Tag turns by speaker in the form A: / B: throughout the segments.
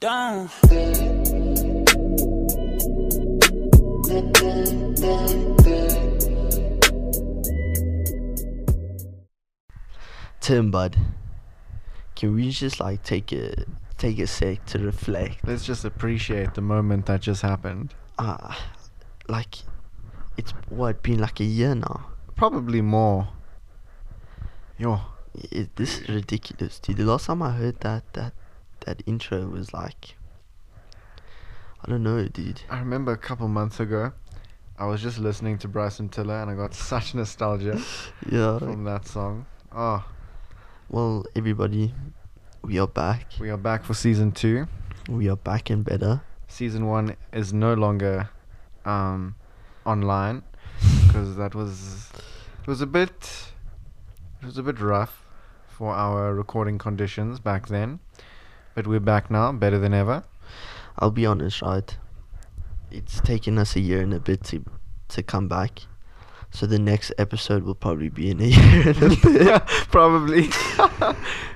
A: down.
B: Tim, bud, can we just like take a take a sec to reflect?
C: Let's just appreciate the moment that just happened.
B: Uh, like, it's what been like a year now.
C: Probably more. Yo,
B: It, this is ridiculous, dude. The last time I heard that that that intro was like, I don't know, dude.
C: I remember a couple months ago, I was just listening to Bryson Tiller and I got such nostalgia
B: Yeah.
C: from that song. Oh,
B: Well, everybody, we are back.
C: we are back for season two.
B: We are back and better.
C: Season one is no longer um, online because that was it was a bit it was a bit rough for our recording conditions back then, but we're back now, better than ever.
B: I'll be honest, right? It's taken us a year and a bit to to come back. So the next episode will probably be in a year and a bit.
C: Probably.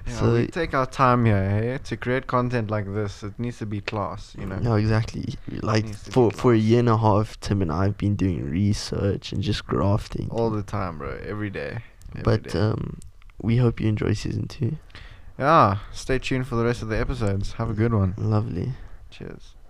C: Yeah,
B: So-
C: we take our time here hey, to create content like this. It needs to be class, you know.
B: No, exactly. Like
C: needs to be
B: for for a year and a half, Tim and I have been doing research and just grafting.
C: All the time, bro. Every day. every
B: but
C: day.
B: um, we hope you enjoy season two.
C: yeah, stay tuned for the rest of the episodes. Have a good one.
B: Lovely.
C: Cheers.